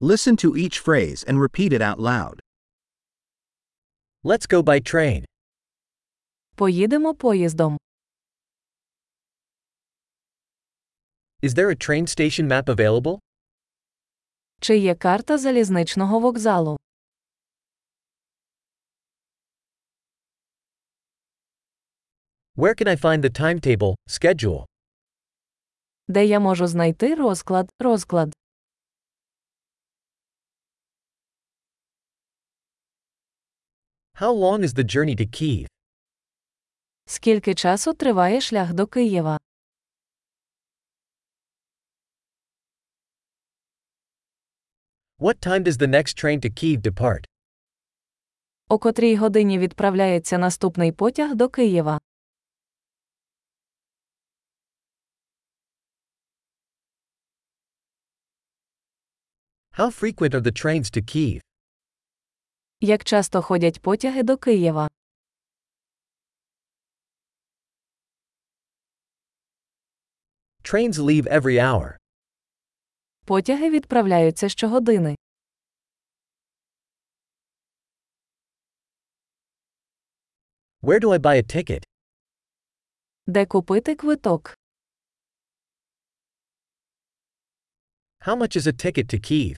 Listen to each phrase and repeat it out loud. Let's go by train. Поїдемо поїздом. Is there a train station map available? Чи є карта залізничного вокзалу? Where can I find the timetable, schedule? Де я можу знайти розклад, розклад? How long is the journey to Kiev? Скільки часу триває шлях до Києва? What time does the next train to Kiev depart? О котрій годині відправляється наступний потяг до Києва? How frequent are the trains to Kiev? Як часто ходять потяги до Києва? Trains leave every hour. Потяги відправляються щогодини. Where do I buy a ticket? Де купити квиток? How much is a ticket to Kiev?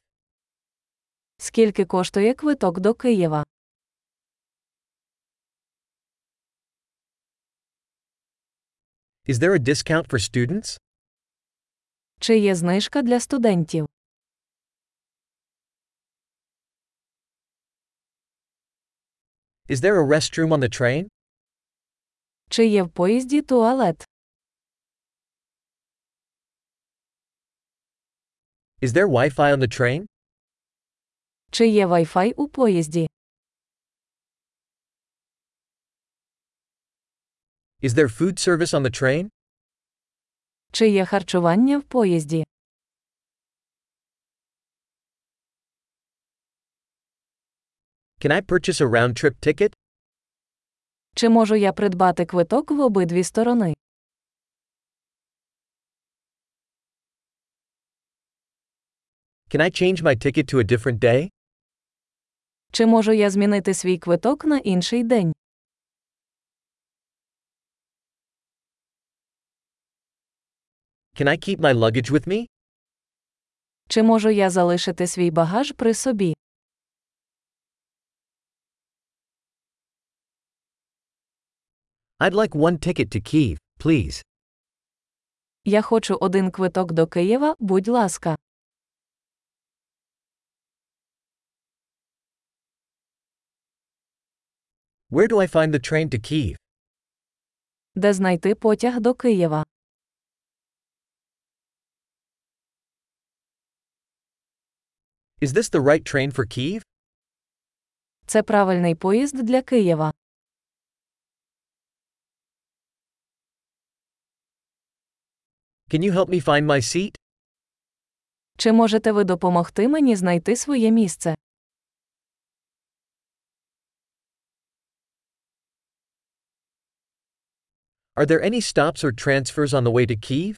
Скільки коштує квиток до Києва? Is there a discount for students? Чи є знижка для студентів? Is there a restroom on the train? Чи є в поїзді туалет? Is there Wi Fi on the train? Чи є Wi-Fi у поїзді? Is there food service on the train? Чи є харчування в поїзді? Can I purchase a round trip ticket? Чи можу я придбати квиток в обидві сторони? Can I change my ticket to a different day? Чи можу я змінити свій квиток на інший день? Can I keep my luggage with me? Чи можу я залишити свій багаж при собі? I'd like one ticket to Kiev, please. Я хочу один квиток до Києва, будь ласка. Where do I find the train to Kiev? Де знайти потяг до Києва? Is this the right train for Kiev? Це правильний поїзд для Києва. Can you help me find my seat? Чи можете ви допомогти мені знайти своє місце? Are there any stops or transfers on the way to Kiev?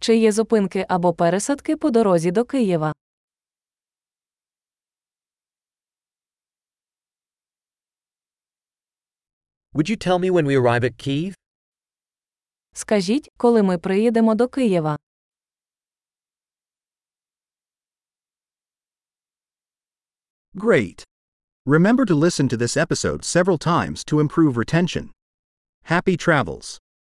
Чи є зупинки або пересадки по дорозі до Києва? Would you tell me when we arrive at Kiev? Скажіть, коли ми приїдемо до Києва? Great! Remember to listen to this episode several times to improve retention. Happy travels!